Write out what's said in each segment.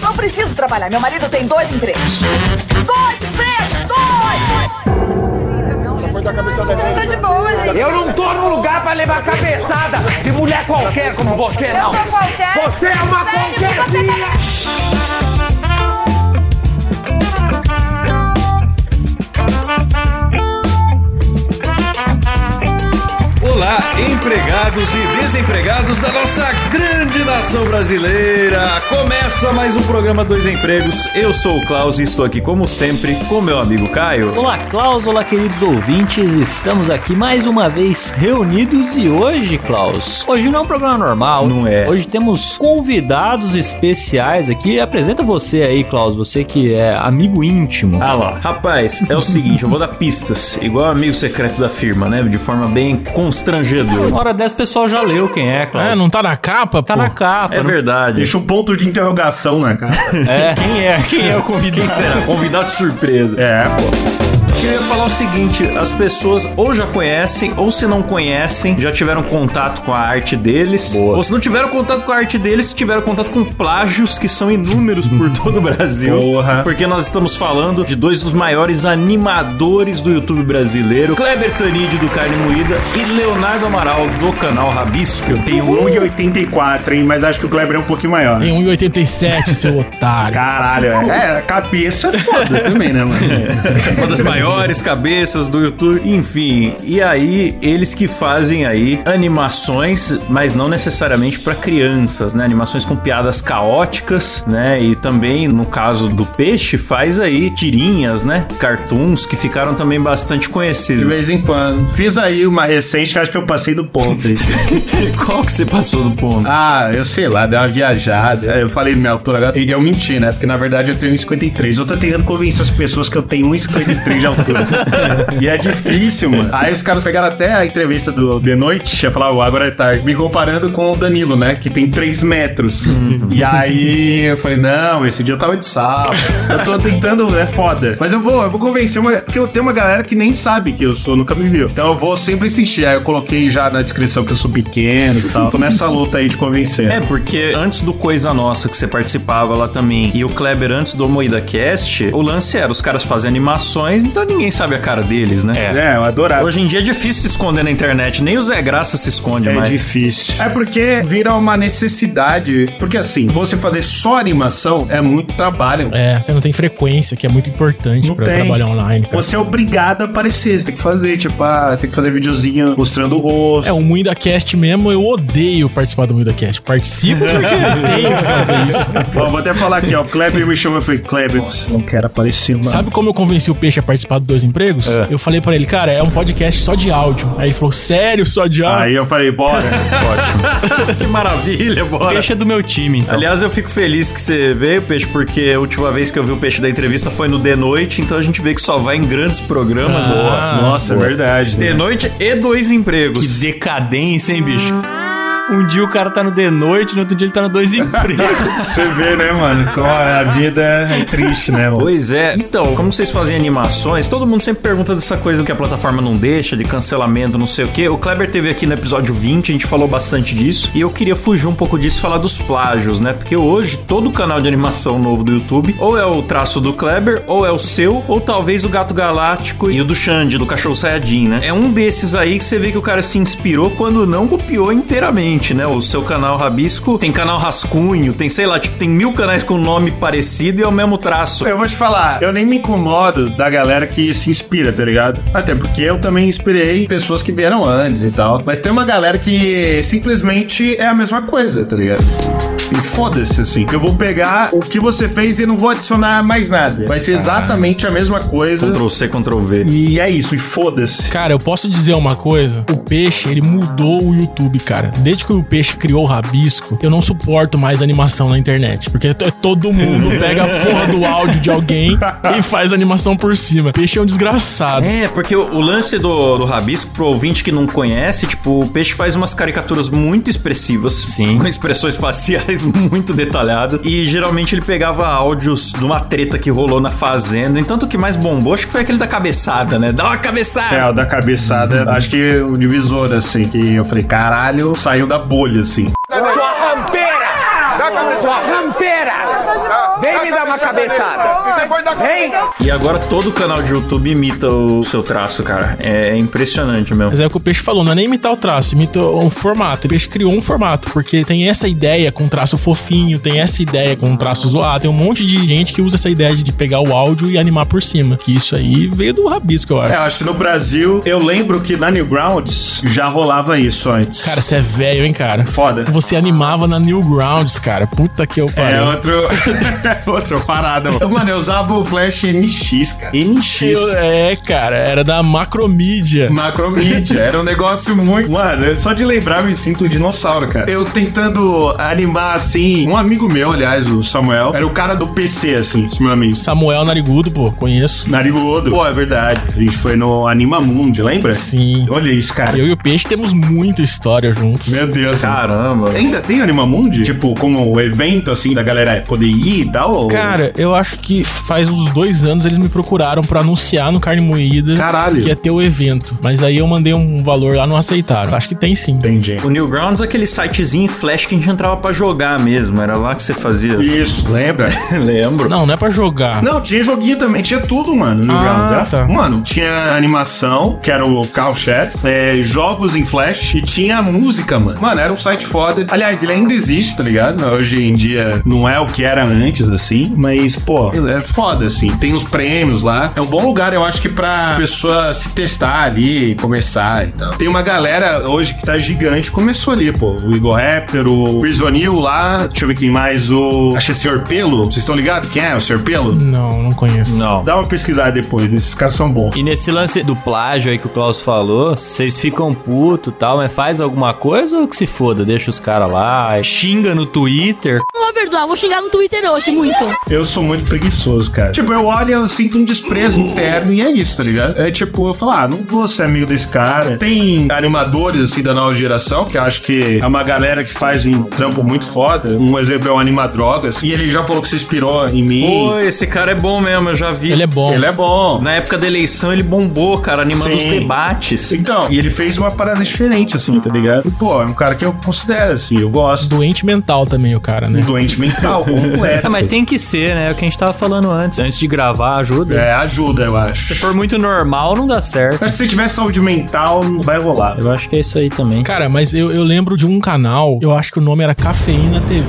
Não preciso trabalhar, meu marido tem dois empregos. Dois empregos, dois! Foi da cabeça da Eu tô de boa, gente. Eu não tô no lugar pra levar cabeçada de mulher qualquer como você, Eu não. sou qualquer. Você é uma Sério, você tá qualquerzinha! Olá, empregados e desempregados da nossa grande nação brasileira! Começa mais um programa Dois Empregos. Eu sou o Klaus e estou aqui, como sempre, com meu amigo Caio. Olá, Klaus, olá, queridos ouvintes. Estamos aqui mais uma vez reunidos e hoje, Klaus, hoje não é um programa normal. Não é. Hoje temos convidados especiais aqui. Apresenta você aí, Klaus, você que é amigo íntimo. Ah lá, rapaz, é o seguinte, eu vou dar pistas, igual amigo secreto da firma, né? De forma bem Uma constrangedora. hora dessa o pessoal já leu quem é, Klaus. Ah, É, não tá na capa, Tá pô? na capa. É não- verdade. Deixa um ponto de interrogação, né, cara? É. Quem é? Quem é o convidado? Quem será? Convidado surpresa. É, pô. Eu ia falar o seguinte: as pessoas ou já conhecem, ou se não conhecem, já tiveram contato com a arte deles. Boa. Ou se não tiveram contato com a arte deles, tiveram contato com plágios que são inúmeros por todo o Brasil. Porra. Porque nós estamos falando de dois dos maiores animadores do YouTube brasileiro: Kleber Tanide do Carne Moída e Leonardo Amaral do canal Rabisco. Eu Tem um 1,84, hein? Mas acho que o Kleber é um pouquinho maior. Tem 1,87, seu otário. Caralho, é. É, cabeça é foda também, né, mano? Uma das maiores cabeças do YouTube. Enfim, e aí eles que fazem aí animações, mas não necessariamente pra crianças, né? Animações com piadas caóticas, né? E também, no caso do peixe, faz aí tirinhas, né? Cartoons que ficaram também bastante De conhecidos. vez em quando. Fiz aí uma recente que acho que eu passei do ponto. aí. Qual que você passou do ponto? ah, eu sei lá, deu uma viajada. É, Eu falei minha altura agora. E eu menti, né? Porque na verdade eu tenho 1,53. Eu tô tentando convencer as pessoas que eu tenho 1,53 de altura. e é difícil, mano. Aí os caras pegaram até a entrevista do De Noite. Eu falava, "Ó, agora é tarde. Me comparando com o Danilo, né? Que tem 3 metros. e aí eu falei, não, esse dia eu tava de sapo. eu tô tentando, é foda. Mas eu vou, eu vou convencer uma. Porque eu tenho uma galera que nem sabe que eu sou, nunca me viu. Então eu vou sempre insistir. Aí eu coloquei já na descrição que eu sou pequeno e tal. Tô nessa luta aí de convencer. É, porque antes do Coisa Nossa, que você participava lá também, e o Kleber antes do Moída Cast, o lance era os caras fazem animações, então ninguém sabe a cara deles, né? É. É, eu adorava. Hoje em dia é difícil se esconder na internet, nem o Zé Graça se esconde É mais. difícil. É porque vira uma necessidade. Porque assim, você fazer só animação é muito trabalho. É, você não tem frequência, que é muito importante Não pra tem. trabalhar online. cara. Você é obrigado a aparecer, você tem que fazer, tipo, ah, tem que fazer videozinho mostrando o rosto. É, o MuidaCast mesmo, eu odeio participar do MuidaCast. Participo porque eu tenho que fazer isso. Ó, vou até falar aqui, ó. O Kleber me chamou e falei, Kleber, nossa, não quero aparecer, mano. Sabe como eu convenci o Peixe a participar do Dois Empregos? Eu falei pra ele, cara, é um podcast só de áudio. Aí ele falou, sério, só de áudio? Aí eu falei, bora. que maravilha, O bora. Peixe é do meu time, então. Aliás, eu fico feliz que você veio, Peixe, porque a última vez que eu vi o Peixe da entrevista foi no De Noite, então a gente vê que só vai em grandes programas. Ah, nossa, é verdade. De né? Noite e dois Que empregos. decadência, hein, bicho? Um dia o cara tá no The Noite, no outro dia ele tá no Dois Empregos. Você vê, né, mano? Como a vida é triste, né, mano? Pois é. Então, como vocês fazem animações, todo mundo sempre pergunta dessa coisa que a plataforma não deixa, de cancelamento, não sei o quê. O Kleber teve aqui no episódio 20, a gente falou bastante disso. E eu queria fugir um pouco disso e falar dos plágios, né? Porque hoje, todo canal de animação novo do YouTube, ou é o traço do Kleber, ou é o seu, ou talvez o Gato Galáctico e o do Xande, do Cachorro Saiyajin, né? É um desses aí que você vê que o cara se inspirou quando não copiou inteiramente, né? O seu canal Rabisco tem canal Rascunho, tem, sei lá, tipo, tem mil canais com nome parecido e é o mesmo traço. Eu vou te falar, eu nem me incomodo da galera que se inspira, tá ligado? Até porque eu também inspirei pessoas que vieram antes e tal. Mas tem uma galera que simplesmente é a mesma coisa, tá ligado? E foda-se, assim. Eu vou pegar o que você fez e não vou adicionar mais nada. Vai ser exatamente a mesma coisa. Ctrl C, Ctrl V. E é isso, e foda-se. Cara, eu posso dizer uma coisa? O Peixe, ele mudou o YouTube, cara. Desde que o Peixe criou o Rabisco, eu não suporto mais animação na internet. Porque t- todo mundo pega a porra do áudio de alguém e faz animação por cima. Peixe é um desgraçado. É, porque o, o lance do, do rabisco, pro ouvinte que não conhece, tipo, o peixe faz umas caricaturas muito expressivas. Sim. Com expressões faciais muito detalhadas. E geralmente ele pegava áudios de uma treta que rolou na fazenda. Entanto, o que mais bombou, acho que foi aquele da cabeçada, né? Dá uma cabeçada! É, o da cabeçada, acho que o divisor, assim, que eu falei, caralho, saiu da bolha, assim. Sua rampeira! Sua rampeira! Vem me dar uma cabeçada! Você pode dar Vem! E agora todo canal de YouTube imita o seu traço, cara. É impressionante mesmo. Mas é o que o peixe falou, não é nem imitar o traço, imita um formato. O peixe criou um formato, porque tem essa ideia com traço fofinho, tem essa ideia com traço zoado, tem um monte de gente que usa essa ideia de pegar o áudio e animar por cima. Que isso aí veio do rabisco, eu acho. É, eu acho que no Brasil, eu lembro que na Newgrounds já rolava isso antes. Cara, você é velho, hein, cara? Foda. Você animava na Newgrounds, cara. Puta que eu É pariu. outro. outra parada, mano. Mano, eu usava o Flash NX, cara. NX. Eu- é, cara, era da macromídia. Macromídia. Era um negócio muito. Mano, eu- só de lembrar eu me sinto um dinossauro, cara. Eu tentando animar assim. Um amigo meu, aliás, o Samuel, era o cara do PC, assim, esse meu amigo. Samuel Narigudo, pô, conheço. Narigudo. Pô, é verdade. A gente foi no Anima Mundi, lembra? Sim. Olha isso, cara. Eu e o peixe temos muita história juntos. Meu Deus. Cara. Caramba. Ainda tem Anima Mundi? Tipo, como o evento, assim, da galera poder ir e tal? Cara, eu acho que faz uns dois anos eles me procuraram pra anunciar no Carne Moída Caralho. que ia ter o evento. Mas aí eu mandei um valor lá, não aceitaram. Acho que tem sim. Entendi. O Newgrounds é aquele sitezinho em Flash que a gente entrava pra jogar mesmo. Era lá que você fazia. Isso, lembra? Lembro. Não, não é pra jogar. Não, tinha joguinho também, tinha tudo, mano, no Ah, Ground. tá. Mano, tinha animação, que era o Call Chat, é, jogos em Flash e tinha música, mano. Mano, era um site foda. Aliás, ele ainda existe, tá ligado? Hoje em dia não é o que era antes, assim, mas, pô, é foda, assim. Tem os prêmios lá. É um bom lugar, eu acho que pra pessoa se testar ali, começar e tal. Tem uma galera hoje que tá gigante, começou ali, pô. O Igor Rapper, o Prisonil lá, deixa eu ver quem mais, o... Acho que é Sr. Pelo, vocês estão ligados quem é o Sr. Pelo? Não, não conheço. Não. Dá uma pesquisada depois, esses caras são bons. E nesse lance do plágio aí que o Klaus falou, vocês ficam puto e tal, mas faz alguma coisa ou que se foda? Deixa os caras lá, xinga no Twitter. Não vou perdoar, vou xingar no Twitter hoje muito. Eu sou muito preguiçoso, cara. Tipo, eu olho, eu sinto um desprezo interno e é isso, tá ligado? É tipo, eu falo, ah, não vou ser amigo desse cara. Tem animadores, assim, da nova geração, que eu acho que é uma galera que faz um trampo muito foda. Um exemplo é o Animadrogas. E ele já falou que se inspirou em mim. Pô, esse cara é bom mesmo, eu já vi. Ele é bom. Ele é bom. Na época da eleição ele bombou, cara, animando Sim. os debates. Então, e ele fez uma parada diferente, assim, tá ligado? E, pô, é um cara que eu considero, assim, eu gosto. Doente mental também, o cara, Um né? doente mental completo. É, mas tem que ser, né? É o que a gente tava falando antes. Antes de gravar, ajuda. É, ajuda, eu Se acho. for muito normal, não dá certo. Mas se você tiver saúde mental, não vai rolar. Eu acho que é isso aí também. Cara, mas eu, eu lembro de um canal, eu acho que o nome era Cafeína TV.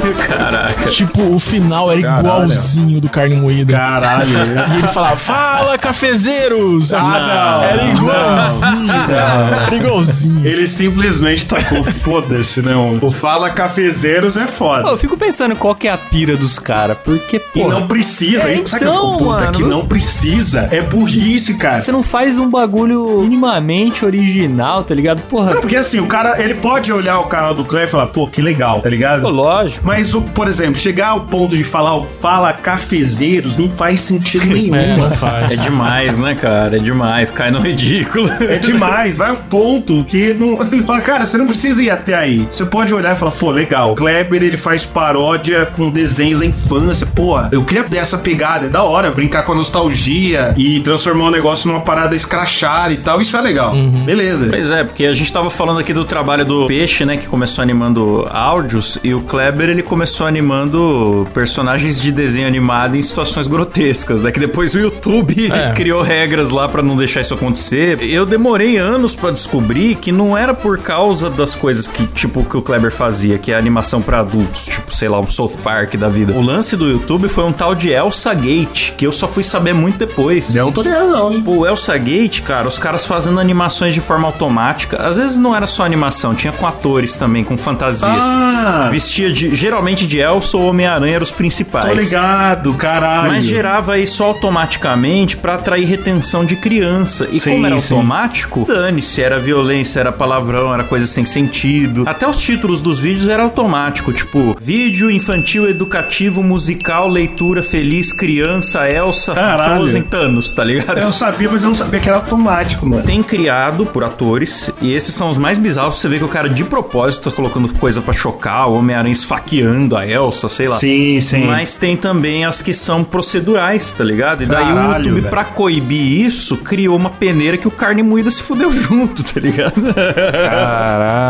Caraca. Tipo, o final era Caralho. igualzinho do Carne Moída. Caralho. E ele falava, fala cafezeiros! Ah, não. Era igualzinho, cara. Era igualzinho. Ele simplesmente tacou foda-se, né? mano? O fala cafezeiros é Pô, foda. eu fico pensando qual que é a pira dos caras, porque, pô, E não precisa, É, hein? Sabe que eu então, fico puta mano. que não precisa? É burrice, cara. você não faz um bagulho minimamente original, tá ligado? Porra, Não, porque assim, o cara, ele pode olhar o canal do Clé e falar, pô, que legal, tá pô, ligado? lógico. Mas, o, por exemplo, chegar ao ponto de falar o fala cafezeiros não faz sentido nenhum. É, não mano. faz. É demais, né, cara? É demais. Cai no ridículo. É demais, vai um ponto que não. Cara, você não precisa ir até aí. Você pode olhar e falar, pô, legal. Kleber, ele faz paródia com desenhos da infância. Porra, eu queria ter essa pegada, é da hora. Brincar com a nostalgia e transformar o negócio numa parada escrachada e tal. Isso é legal. Beleza. Pois é, porque a gente tava falando aqui do trabalho do Peixe, né, que começou animando áudios, e o Kleber, ele começou animando personagens de desenho animado em situações grotescas, né, que depois o YouTube É. criou regras lá pra não deixar isso acontecer. Eu demorei anos pra descobrir que não era por causa das coisas que, tipo, que o Kleber fazia, que é animação pra adultos, tipo, sei lá, um South Park da vida. O lance do YouTube foi um tal de Elsa Gate, que eu só fui saber muito depois. Não tô ligado, é um não, hein? O Elsa Gate, cara, os caras fazendo animações de forma automática. Às vezes não era só animação, tinha com atores também, com fantasia. Ah, Vestia de, geralmente de Elsa ou Homem-Aranha eram os principais. tô ligado, caralho. Mas gerava isso automaticamente pra atrair retenção de criança. E Sim, como era sim. automático, dane-se, era violência, era palavrão, era coisa sem sentido. Até os títulos dos vídeos era automático, tipo, vídeo infantil, educativo, musical, leitura, feliz, criança, Elsa, Caralho. Frozen, Thanos, tá ligado? Eu sabia, mas eu não sabia que era automático, mano. tem criado por atores, e esses são os mais bizarros. Você vê que o cara de propósito tá colocando coisa pra chocar, o Homem-Aranha esfaqueando a Elsa, sei lá. Sim, sim. Mas tem também as que são procedurais, tá ligado? E daí o Caralho, YouTube, velho. pra coibir isso, criou uma peneira que o carne moída se fudeu junto, tá ligado?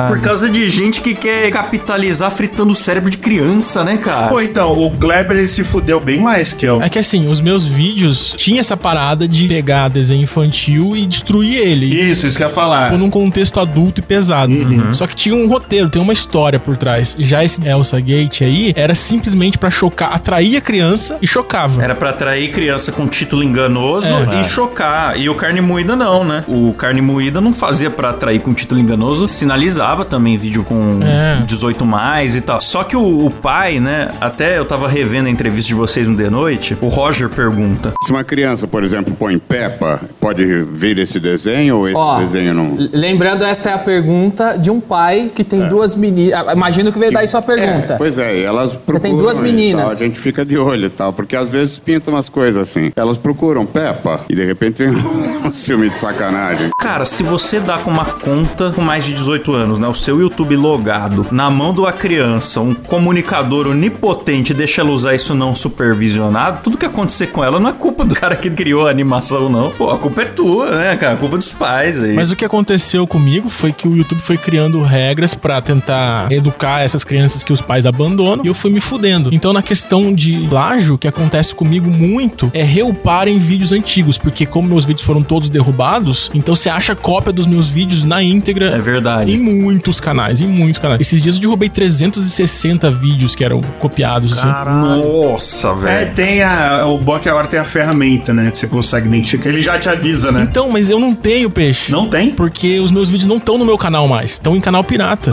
Por causa de gente que quer capitalizar fri- afetando o cérebro de criança, né, cara? Pô, então, o Kleber ele se fudeu bem mais que eu. É que assim, os meus vídeos tinha essa parada de pegar desenho infantil e destruir ele. Isso, isso que eu ia falar. Pô, num contexto adulto e pesado. Uhum. Só que tinha um roteiro, tem uma história por trás. Já esse Elsa Gate aí era simplesmente pra chocar, atrair a criança e chocava. Era pra atrair criança com título enganoso É. e chocar. E o Carne Moída não, né? O Carne Moída não fazia pra atrair com título enganoso, sinalizava também vídeo com É. 18 mais e tal. Só que o, o pai, né? Até eu tava revendo a entrevista de vocês no The Noite, o Roger pergunta. Se uma criança, por exemplo, põe Peppa, pode vir esse desenho ou esse Ó, desenho não? l- Lembrando, esta é a pergunta de um pai que tem duas meninas. Ah, Imagino que veio daí sua pergunta. É, pois é, e elas procuram. tem duas e meninas. tal, a gente fica de olho e tal, porque às vezes pintam umas coisas assim. Elas procuram Peppa e de repente vem uns filmes de sacanagem. Cara, se você dá com uma conta com mais de 18 anos, né? O seu YouTube logado na mão de uma criança, um comunicador onipotente, deixa ela usar isso não supervisionado, tudo que acontecer com ela não é culpa do cara que criou a animação, não. Pô, a culpa é tua, né, cara? A culpa é dos pais aí. Mas o que aconteceu comigo foi que o YouTube foi criando regras pra tentar educar essas crianças que os pais abandonam e eu fui me fudendo. Então, na questão de plágio, o que acontece comigo muito é reupar em vídeos antigos, porque como meus vídeos foram todos derrubados, então você acha cópia dos meus vídeos na íntegra. É verdade. Em muitos canais, em muitos canais. Esses dias eu derrubei 360 vídeos que eram copiados, assim. Nossa, É, velho. tem a. O bom é que agora tem a ferramenta, né? Que você consegue identificar. Ele já te avisa, né? Então, mas eu não tenho peixe. Não tem? Porque os meus vídeos não estão no meu canal mais, estão em canal pirata.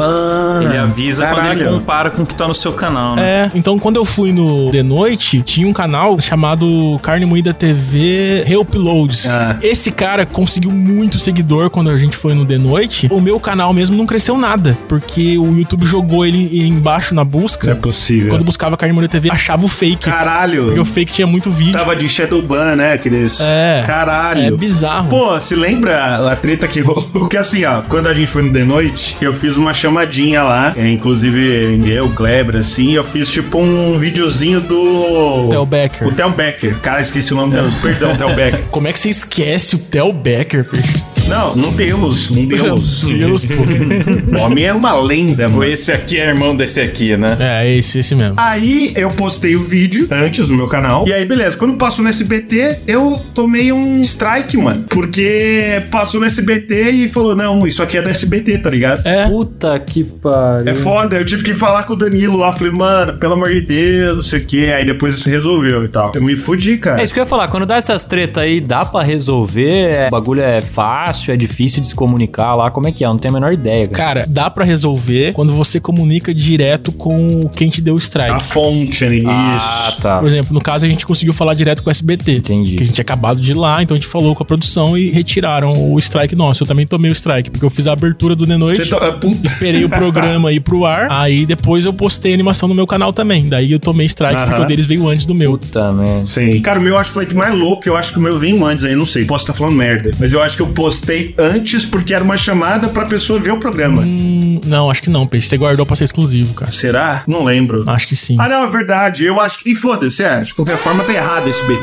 Ele avisa quando ele Ah, caralho. compara com o que tá no seu canal, né? É, então quando eu fui no The Noite, tinha um canal chamado Carne Moída TV Reuploads. Ah. Esse cara conseguiu muito seguidor quando a gente foi no The Noite. O meu canal mesmo não cresceu nada, porque o YouTube jogou ele embaixo na busca. é possível. Ah. Quando buscava Carne Moída TV, achava o fake. Porque Caralho. o fake tinha muito vídeo. Tava de Shadowban, né, Cris? É. É Caralho. bizarro. Pô, se lembra a treta que rolou? Que assim, ó, quando a gente foi no The Noite, eu fiz uma chamadinha lá. É, inclusive, eu, Kleber, assim, eu fiz tipo um videozinho do. Theo Becker. O Theo Becker. Cara, esqueci o nome dele. Perdão, Theo Becker. Como é que você esquece o Theo Becker? bicho? Não, não temos. Não temos. Deus, pô. O homem é uma lenda, mano. Esse aqui é irmão desse aqui, né? É, esse, esse mesmo. Aí eu postei o vídeo antes no meu canal. E aí, beleza. Quando passou no SBT, eu tomei um strike, mano. Porque passou no SBT e falou: não, isso aqui é do SBT, tá ligado? É. Puta que pariu. É foda, eu tive que falar com o Danilo lá. Falei, mano, pelo amor de Deus, não sei o que. Aí depois se resolveu e tal. Eu me fudi, cara. É isso que eu ia falar, quando dá essas tretas aí, dá pra resolver? É, O bagulho é fácil, é difícil de se comunicar lá, como é que é? Eu não tenho a menor ideia, cara. Cara, dá pra resolver quando você comunica direto com quem te deu o strike. A fonte, né? Ah, Isso. tá. Por exemplo, no caso a gente conseguiu falar direto com o SBT. Entendi. Que a gente tinha acabado de ir lá, então a gente falou com a produção e retiraram o strike nosso. Eu também tomei o strike, porque eu fiz a abertura do The Noite. Você tá. Puta. Esperei o programa ir pro ar, aí depois eu postei a animação no meu canal também. Daí eu tomei strike, porque o deles veio antes do meu. Puta merda. Sim. Cara, o meu acho que foi que mais louco. Eu acho que o meu veio antes aí, não sei. Posso estar falando merda. Mas eu acho que eu postei antes porque era uma chamada pra pessoa ver o programa. Hum, Não, acho que não, Peixe. Você guardou pra ser exclusivo, cara. Será? Não lembro. Acho que sim. Ah, não, é verdade. Eu acho que. E foda-se, é. De qualquer forma, tá errado esse BT.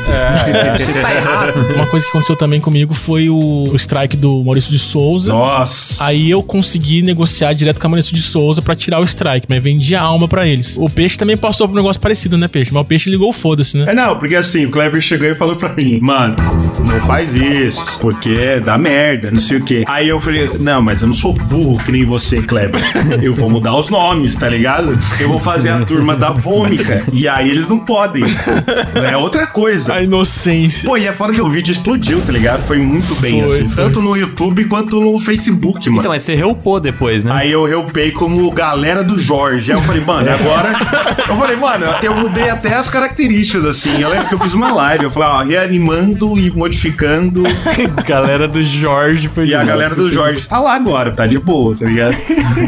Você tá errado. Uma coisa que aconteceu também comigo foi o, o strike do Maurício de Souza. Nossa. Aí eu consegui negociar direto com a Maurício de Souza pra tirar o strike, mas vendi a alma pra eles. O Peixe também passou por um negócio parecido, né, Peixe? Mas o Peixe ligou o foda-se, né? É, não, porque assim, o Kleber chegou e falou pra mim, mano, não faz isso, porque dá merda, não sei o quê. Aí eu falei, não, mas eu não sou burro que nem você, Kleber. Eu vou mudar os nomes, tá ligado? Eu vou fazer a turma da vômica. E aí eles não podem. É outra coisa. A inocência. Pô, e é foda que o vídeo explodiu, tá ligado? Foi muito bem, Foi, assim. foi. Tanto no YouTube quanto no Facebook, mano. Então, mas você reupou depois, né? Aí eu reupei como galera do Jorge. Aí eu falei, É. mano, e agora. Eu falei, mano, eu mudei até as características, assim. Eu lembro que eu fiz uma live, eu falei, ó, reanimando e modificando. galera do Jorge foi E a de- galera do Jorge tá lá agora, tá de boa, tá ligado?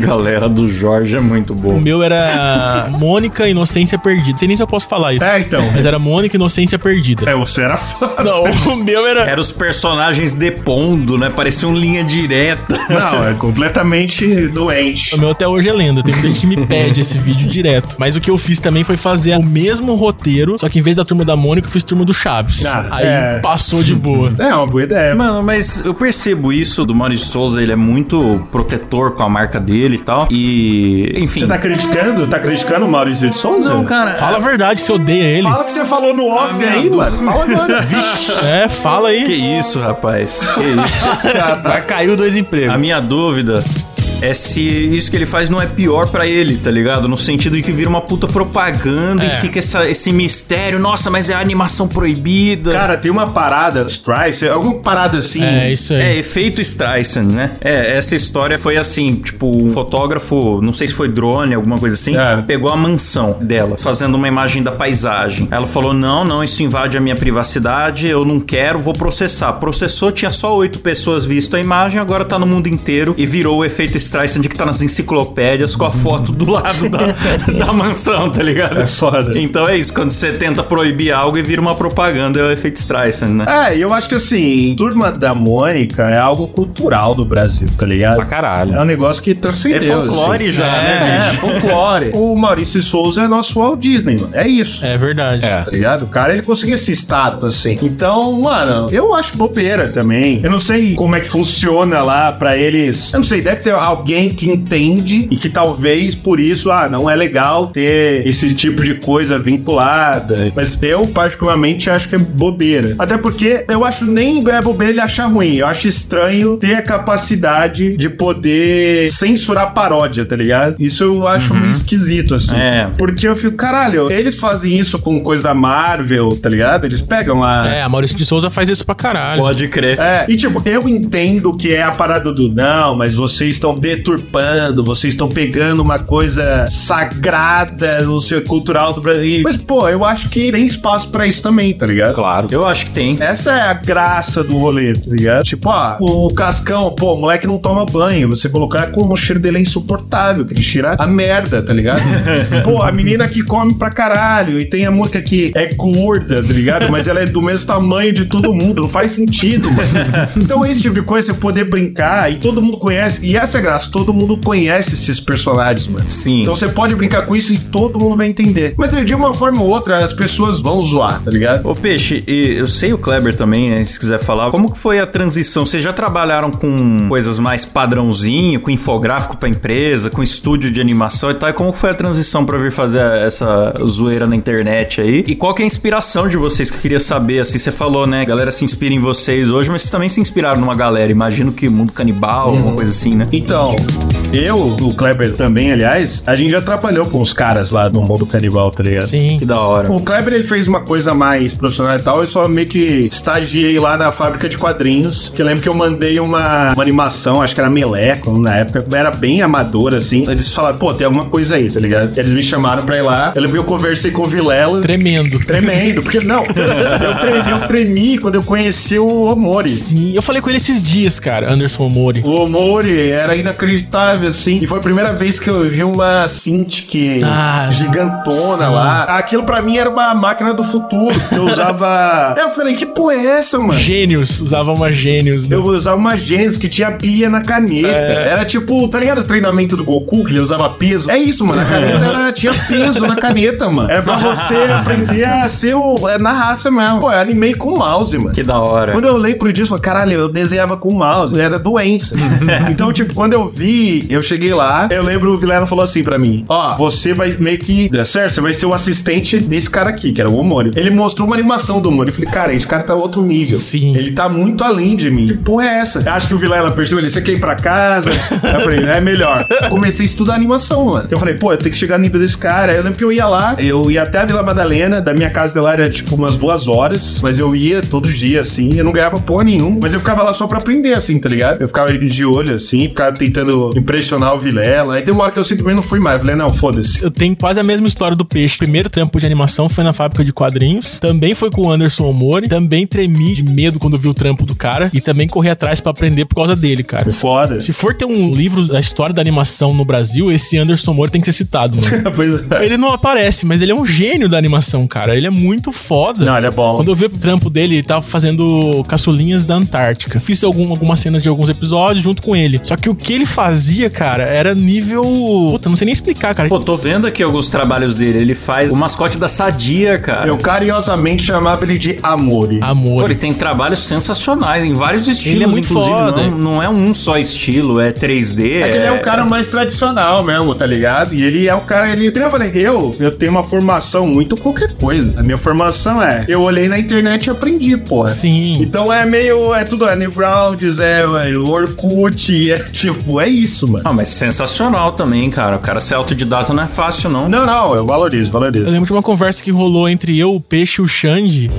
Galera do Jorge é muito O boa. meu era Mônica Inocência Perdida. Sei nem se eu posso falar isso. É, então. Mas era Mônica Inocência Perdida. É, você era foda. Não, o meu era. Eram os personagens depondo, né? Parecia um linha direta. Não, é completamente O doente. meu até hoje é lenda. Tem gente que me pede esse vídeo direto. Mas o que eu fiz também foi fazer o mesmo roteiro, só que em vez da turma da Mônica, eu fiz turma do Chaves. Ah, Aí é. passou de boa. É, uma boa ideia. Mano, mas eu percebo isso do Maurício Souza, ele é muito protetor com a marca dele e tal. E, enfim. Você tá criticando? Tá criticando o Maurício de Souza? Não, cara. Fala a verdade, você odeia ele. Fala o que você falou no off minha aí, dor. mano. Fala agora. Vixe. É, fala aí. Que isso, rapaz. Que isso. Ah, Mas caiu dois empregos. A minha dúvida é se isso que ele faz não é pior pra ele, tá ligado? No sentido de que vira uma puta propaganda e É. fica essa- esse mistério. Nossa, mas é a animação proibida. Cara, tem uma parada, Strice, alguma parada assim. É, isso aí. É, efeito Streisand, né? É, essa história foi assim, tipo, um fotógrafo, não sei se foi drone, alguma coisa assim, É. pegou a mansão dela, fazendo uma imagem da paisagem. Ela falou, não, não, isso invade a minha privacidade, eu não quero, vou processar. Processou, tinha só oito pessoas visto a imagem, agora tá no mundo inteiro e virou o efeito Streisand que tá nas enciclopédias com a foto do lado da, da mansão, tá ligado? É foda. Então é isso, quando você tenta proibir algo e vira uma propaganda, é o efeito Streisand, né? É, eu acho que assim, Turma da Mônica é algo cultural do Brasil, tá ligado? Pra caralho. É um negócio que É transcendeu. folclore assim. já, né? É, bicho? folclore. o Maurício Souza é nosso Walt Disney, mano. É isso. É verdade. É. Tá ligado? O cara, ele conseguiu esse status, assim. Então, mano, eu acho bobeira também. Eu não sei como é que funciona lá pra eles. Eu não sei, deve ter alguém que entende e que talvez por isso, ah, não é legal ter esse tipo de coisa vinculada. Mas eu, particularmente, acho que é bobeira. Até porque eu acho nem é bobeira ele achar ruim. Eu acho estranho ter a capacidade de poder censurar paródia, tá ligado? Isso eu acho meio esquisito, assim. É. Porque eu fico, caralho, eles fazem isso com coisa da Marvel, tá ligado? Eles pegam lá. É, a Maurício de Souza faz isso pra caralho. Pode crer. É, e tipo, eu entendo que é a parada do não, mas vocês estão deturpando, vocês estão pegando uma coisa sagrada, não sei, cultural do Brasil. Mas, pô, eu acho que tem espaço pra isso também, tá ligado? Claro. Eu acho que tem. Essa é a graça do rolê, tá ligado? Tipo, ó, o Cascão, pô, o moleque não toma banho. Você colocar com um cheiro dele é insuportável, que ele tira a merda, tá ligado? pô, a menina que come pra caralho e tem a moca que é gorda, tá ligado? Mas ela é do mesmo tamanho de todo mundo. Não faz sentido, mano. Então, esse tipo de coisa, você poder brincar e todo mundo conhece. E essa é a graça, todo mundo conhece esses personagens, mano. Sim. Então você pode brincar com isso e todo mundo vai entender. Mas é, de uma forma ou outra, as pessoas vão zoar, tá ligado? Ô Peixe, e eu sei o Kleber também, né, se quiser falar, como que foi a transição? Vocês já trabalharam com coisas mais padrãozinho, com infográfico pra empresa, com estúdio de animação e tal, e como que foi a transição pra vir fazer essa zoeira na internet aí? E qual que é a inspiração de vocês que eu queria saber, assim, você falou, né, a galera se inspira em vocês hoje, mas vocês também se inspiraram numa galera, imagino que mundo canibal, alguma coisa assim, né? Então, eu, o Kleber também, aliás, a gente já trabalhou com os caras lá no mundo canibal, tá ligado? Sim. Que da hora. O Kleber ele fez uma coisa mais profissional e tal, eu só meio que estagiei lá na fábrica de quadrinhos. Que eu lembro que eu mandei uma, uma animação, acho que era Meleco na época, era bem amadora assim. Eles falaram, pô, tem alguma coisa aí, tá ligado? Eles me chamaram pra ir lá. Eu lembro que eu conversei com o Vilela. Tremendo. Tremendo, porque não. eu, tremi, eu tremi quando eu conheci o Omori. Sim, eu falei com ele esses dias, cara, Anderson Mori. O Omori era inacreditável, assim. E foi a primeira vez que eu vi uma Cintiq Ah, gigantona sim. lá. Aquilo pra mim era uma máquina do futuro. que Eu usava. eu falei, que porra é essa, mano? Gênios, usava uma gênios. né? Eu usava uma Genesis que tinha pia na caneta. Era tipo, tá ligado? O treinamento do Goku, que ele usava peso. É isso, mano. A caneta era, tinha peso na caneta, mano. Era pra você aprender a ser o, é, na raça mesmo. Pô, eu animei com o mouse, mano. Que da hora. Quando eu lembro disso, eu falo, caralho, eu desenhava com o mouse, era doença. então, tipo, quando eu vi, eu cheguei lá, eu lembro o Vilela falou assim pra mim: Ó, você vai meio que. dá Certo, você vai ser o assistente desse cara aqui, que era o Omori. Ele mostrou uma animação do Omori. Eu falei, cara, esse cara tá outro nível. Sim. Ele tá muito além de mim. Que porra é essa? Eu acho que o Vilela percebeu ele, você quer ir pra casa? Aí eu falei, é melhor. Comecei a estudar animação, mano. Eu falei, pô, eu tenho que chegar no nível desse cara. Aí eu lembro que eu ia lá, eu ia até a Vila Madalena, da minha casa de lá era tipo umas duas horas, mas eu ia todos os dias, assim, eu não ganhava porra nenhuma. Mas eu ficava lá só pra aprender, assim, tá ligado? Eu ficava de olho, assim, ficava tentando impressionar o Vilela. Aí tem uma hora que eu simplesmente não fui mais. Eu falei, não, foda-se. Eu tenho quase a mesma história do peixe. Primeiro trampo de animação foi na fábrica de quadrinhos. Também foi com o Anderson Omori. Também tremi de medo quando vi o trampo do cara. E também corri atrás pra aprender por causa dele, cara. Foda. Se for ter um livro da história da animação no Brasil, esse Anderson Mori tem que ser citado, mano. Pois é. Ele não aparece, mas ele é um gênio da animação, cara. Ele é muito foda. Não, ele é bom. Quando eu vi o trampo dele, ele tava fazendo caçulinhas da Antártica. Fiz algum- algumas cenas de alguns episódios junto com ele. Só que o que ele fazia, fazia, cara, era nível. Puta, não sei nem explicar, cara. Pô, tô vendo aqui alguns trabalhos dele. Ele faz o mascote da Sadia, cara. Eu carinhosamente chamava ele de Amore. Pô, Amor. ele tem trabalhos sensacionais em vários é estilos, muito inclusive. foda. Não, não é um só estilo, é 3D. É que ele é um cara mais tradicional mesmo, tá ligado? E ele é um cara, ele. que nem Eu falei, eu, eu tenho uma formação muito qualquer coisa. A minha formação é, eu olhei na internet e aprendi, porra. Sim. Então é meio, é tudo, é Newgrounds, é, é Orkut, é tipo, é isso, mano. Ah, mas sensacional também, cara. O cara ser autodidata não é fácil, não. Não, não, eu valorizo, Eu valorizo. lembro de uma conversa que rolou entre eu, o Peixe e o Xande.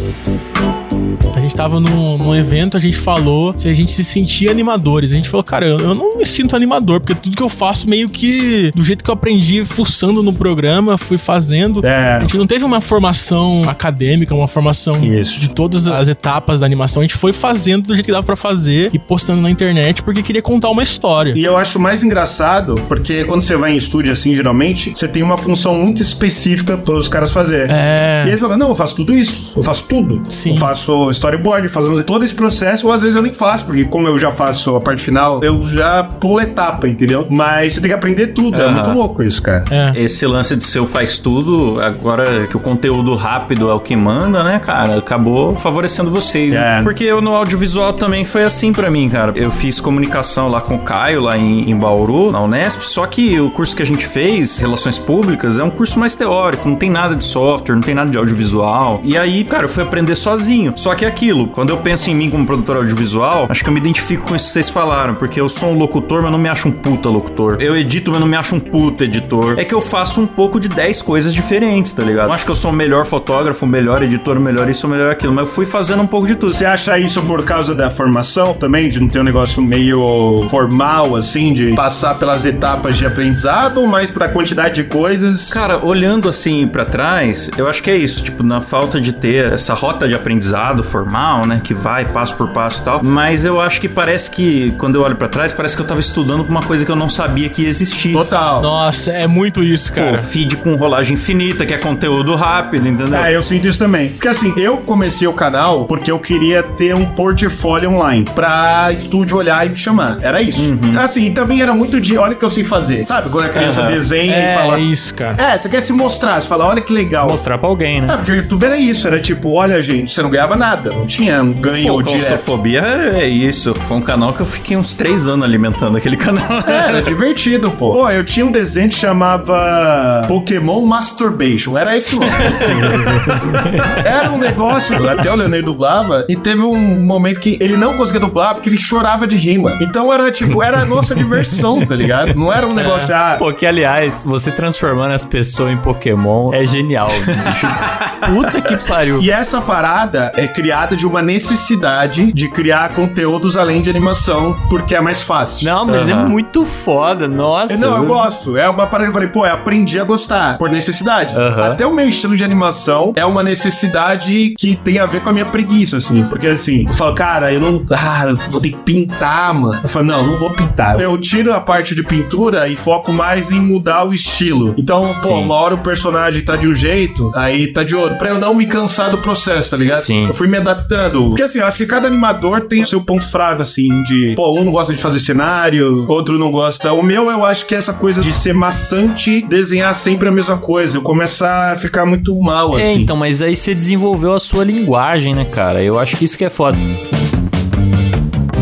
A gente tava num, num evento, a gente falou se a gente se sentia animadores. A gente falou, cara, eu, eu não me sinto animador, porque tudo que eu faço meio que do jeito que eu aprendi, fuçando no programa, fui fazendo. É. A gente não teve uma formação acadêmica, uma formação Isso. de todas as etapas da animação. A gente foi fazendo do jeito que dava pra fazer e postando na internet, porque queria contar uma história. E eu acho mais engraçado, porque quando você vai em estúdio assim, geralmente, você tem uma função muito específica para os caras fazer. É. E eles falam, não, eu faço tudo isso, eu faço tudo. Sim. Eu faço storyboard, fazendo todo esse processo, ou às vezes eu nem faço, porque como eu já faço a parte final, eu já pulo etapa, entendeu? Mas você tem que aprender tudo, é Aham. muito louco isso, cara. É. Esse lance de seu faz tudo, agora que o conteúdo rápido é o que manda, né, cara? Acabou favorecendo vocês. né? É. Porque eu no audiovisual também foi assim pra mim, cara. Eu fiz comunicação lá com o Caio, lá em, em Bauru, na Unesp, só que o curso que a gente fez, Relações Públicas, é um curso mais teórico, não tem nada de software, não tem nada de audiovisual. E aí, cara, eu fui aprender sozinho. Só que é aquilo, quando eu penso em mim como produtor audiovisual, acho que eu me identifico com isso que vocês falaram, porque eu sou um locutor, mas não me acho um puta locutor. Eu edito, mas não me acho um puta editor. É que eu faço um pouco de 10 coisas diferentes, tá ligado? Não acho que eu sou o melhor fotógrafo, o melhor editor, o melhor isso, o melhor aquilo, mas eu fui fazendo um pouco de tudo. Você acha isso por causa da formação também, de não ter um negócio meio formal, assim, de passar pelas etapas de aprendizado, ou mais pra quantidade de coisas? Cara, olhando assim pra trás, eu acho que é isso, tipo, na falta de ter essa rota de aprendizado formal, né, que vai passo por passo e tal, mas eu acho que parece que quando eu olho pra trás, parece que eu tava estudando pra uma coisa que eu não sabia que existia. Total. Nossa, é muito isso, Pô, cara. feed com rolagem infinita, que é conteúdo rápido, entendeu? Ah, eu sinto isso também. Porque assim, eu comecei o canal porque eu queria ter um portfólio online pra estúdio olhar e me chamar. Era isso. Assim, e também era muito de olha o que eu sei fazer. Sabe? Quando a criança Aham. desenha e é fala. isso, cara. É, você quer se mostrar, você fala, olha que legal. Mostrar pra alguém, É, né? porque o YouTube era isso, era tipo, olha, gente, você não ganhava nada, não tinha um ganho Pô, direto. claustrofobia é isso. Foi um canal que eu fiquei uns três anos alimentando aquele canal. É, Era divertido, pô. Pô, eu tinha um desenho que chamava Pokémon Masturbation. Era esse o nome. Era um negócio. Até o Leonardo dublava. E teve um momento que ele não conseguia dublar porque ele chorava de rima. Então era tipo, era a nossa diversão, tá ligado? Não era um negócio. Ah, Pô, que aliás, você transformando as pessoas em Pokémon é genial, bicho. Puta que pariu. E essa parada é criada de uma necessidade de criar conteúdos além de animação, porque é mais fácil. Não, mas é Aham. muito foda, nossa. Não, eu gosto. É uma parada que eu falei, pô, eu aprendi a gostar por necessidade. Aham. Até o meu estilo de animação é uma necessidade que tem a ver com a minha preguiça, assim. Porque assim, eu falo, cara, eu não. Ah, eu vou ter que pintar, mano. Eu falo, não, não vou pintar. Eu tiro a parte de pintura e foco mais em mudar o estilo. Então, pô, Sim. uma hora o personagem tá de um jeito, aí tá de outro. Pra eu não me cansar do processo, tá ligado? Sim. Eu fui me adaptando. Porque assim, eu acho que cada animador tem o seu ponto fraco, assim, de, pô, um não gosta de fazer cenário, outro não gosta. O meu, eu acho que é essa coisa de ser maçante, desenhar sempre a mesma coisa. Eu começar a ficar muito mal, É, assim. então, mas aí você desenvolveu a sua linguagem, né, cara? Eu acho que isso que é foda.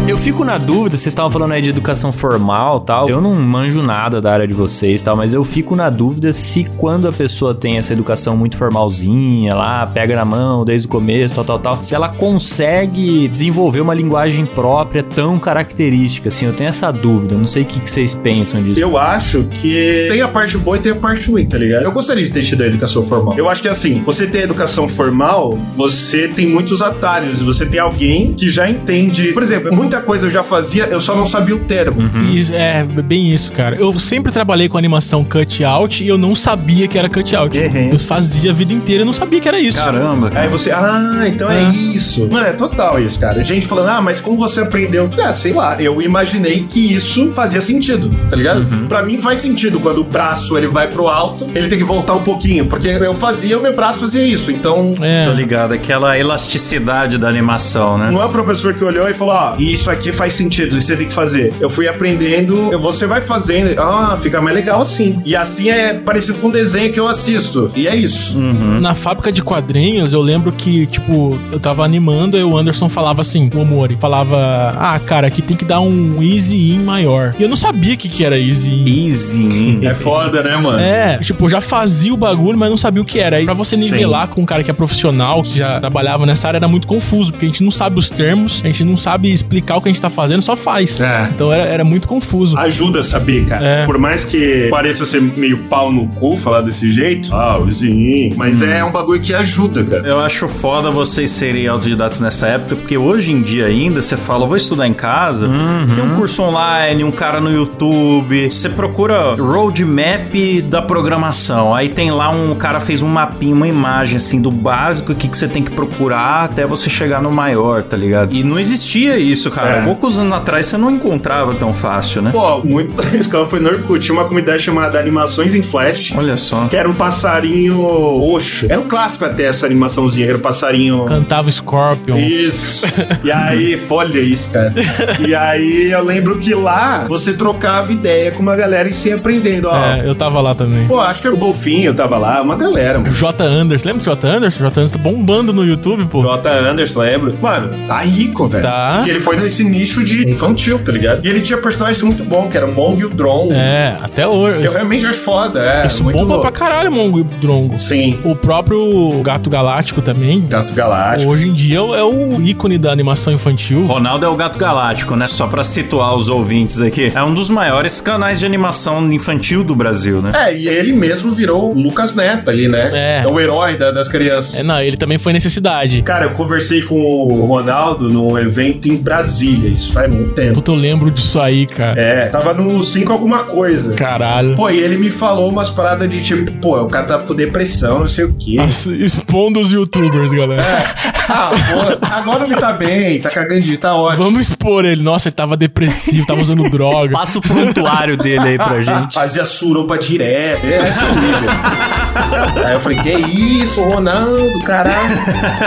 Eu fico na dúvida, vocês estavam falando aí de educação formal tal. Eu não manjo nada da área de vocês tal, mas eu fico na dúvida se quando a pessoa tem essa educação muito formalzinha lá, pega na mão desde o começo, tal, tal, tal, se ela consegue desenvolver uma linguagem própria tão característica, assim. Eu tenho essa dúvida, eu não sei o que, que vocês pensam disso. Eu acho que tem a parte boa e tem a parte ruim, tá ligado? Eu gostaria de ter tido a educação formal. Eu acho que assim, você tem a educação formal, você tem muitos atalhos. Você tem alguém que já entende. Por exemplo, muita coisa eu já fazia, eu só não sabia o termo. Isso, é, bem isso, cara. Eu sempre trabalhei com animação cut-out e eu não sabia que era cut-out. Uhum. Eu fazia a vida inteira e não sabia que era isso. Caramba, cara. Aí você, ah, então é Ah. isso. Mano, é total isso, cara. Gente falando, ah, mas como você aprendeu? Ah, sei lá, eu imaginei que isso fazia sentido, tá ligado? Uhum. Pra mim faz sentido quando o braço ele vai pro alto, ele tem que voltar um pouquinho, porque eu fazia, o meu braço fazia isso. Então, É. Tô ligado, aquela elasticidade da animação, né? não é o professor que olhou e falou, ó, isso isso aqui faz sentido, isso você tem que fazer. Eu fui aprendendo, eu- você vai fazendo, ah, fica mais legal assim. E assim é parecido com um desenho que eu assisto. E é isso. Na fábrica de quadrinhos, eu lembro que, tipo, eu tava animando e o Anderson falava assim, o Omori, falava, ah, cara, aqui tem que dar um easy in maior. E eu não sabia o que, que era easy in. Easy. É foda, né, mano? É, tipo, eu já fazia o bagulho, mas não sabia o que era. Aí pra você nivelar com um cara que é profissional, que já trabalhava nessa área, era muito confuso, porque a gente não sabe os termos, a gente não sabe explicar o que a gente tá fazendo, só faz. É. Então era, era muito confuso. Ajuda a saber, cara. É. Por mais que pareça ser meio pau no cu falar desse jeito, ah, o zinho. Hum. Mas é um bagulho que ajuda, cara. Eu acho foda vocês serem autodidatas nessa época, porque hoje em dia ainda você fala, vou estudar em casa, tem um curso online, um cara no YouTube, você procura roadmap da programação, aí tem lá um o cara fez um mapinha, uma imagem assim do básico, o que, que você tem que procurar até você chegar no maior, tá ligado? E não existia isso, cara. É. Poucos anos atrás você não encontrava tão fácil, né? Pô, muito da escola foi no Orkut. Tinha uma comunidade chamada Animações em Flash. Olha só. Que era um passarinho roxo. Era um clássico até essa animaçãozinha, que era um passarinho. Cantava Scorpion. Isso. E aí, olha isso, cara. E aí eu lembro que lá você trocava ideia com uma galera e se ia aprendendo, ó. É, eu tava lá também. Pô, acho que o Golfinho tava lá, uma galera, mano. J. Anderson, lembra do J. Anderson? J. Anderson tá bombando no YouTube, pô. J. Anderson, lembra? Mano, tá rico, velho. Tá. Porque ele foi nesse nicho de infantil, tá ligado? E ele tinha personagens muito bons, que era o Mong e o Dron. É, até Eu hoje. realmente acho foda, é. Isso muito bomba louco. pra caralho, Mongo e Drongo. Sim. O próprio Gato Galáctico também. Gato Galáctico. Hoje em dia é o- é o ícone da animação infantil. Ronaldo é o gato galáctico, né? Só pra situar os ouvintes aqui. É um dos maiores canais de animação infantil do Brasil, né? É, e ele mesmo virou o Lucas Neto ali, né? É. o herói da- das crianças. É, não, ele também foi necessidade. Cara, eu conversei com o Ronaldo num evento em Brasília, isso faz muito tempo. Puta, eu lembro disso aí, cara. É, tava no 5 alguma coisa. Caralho. Pô, e ele me falou umas paradas de tipo, pô, o cara tava com depressão, não sei o quê. Nossa, expondo os youtubers, galera. Ah, pô, agora ele tá bem, tá cagando de tá ótimo. Tá Vamos expor ele. Nossa, ele tava depressivo, tava usando droga. Passa o prontuário dele aí pra gente. Fazia suruba direto. É, esse nível. Aí eu falei, que isso, Ronaldo, caralho.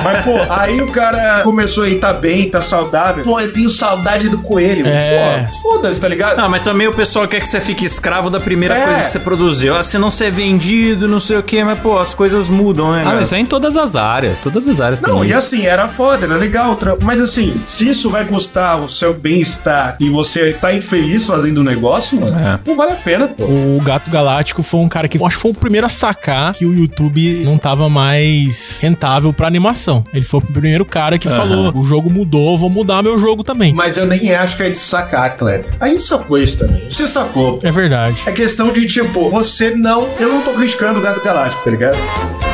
Mas, pô, aí o cara começou a ir, tá bem, tá saudável. Pô, eu tenho saudade do coelho. É. Pô, foda-se, tá ligado? Ah, mas também o pessoal quer que você fique escravo da primeira É. coisa que você produziu. Ah, se não ser vendido, não sei o quê, mas pô, as coisas mudam, né? Ah, cara? mas isso é em todas as áreas. Todas as áreas Não, tem e isso. assim, era foda, era legal. o trampo. Mas assim, se isso vai custar o seu bem-estar e você tá infeliz fazendo o negócio, mano, É. não vale a pena, pô. O Gato Galáctico foi um cara que eu acho que foi o primeiro a sacar que o YouTube não tava mais rentável pra animação. Ele foi o primeiro cara que falou: o jogo mudou, vou mudar meu jogo também. Mas eu nem acho que é de sacar, Kleber. A gente sacou isso também. Você sacou, É verdade. É questão de, tipo, você não. Eu não tô criticando o Gato Galáctico, tá ligado?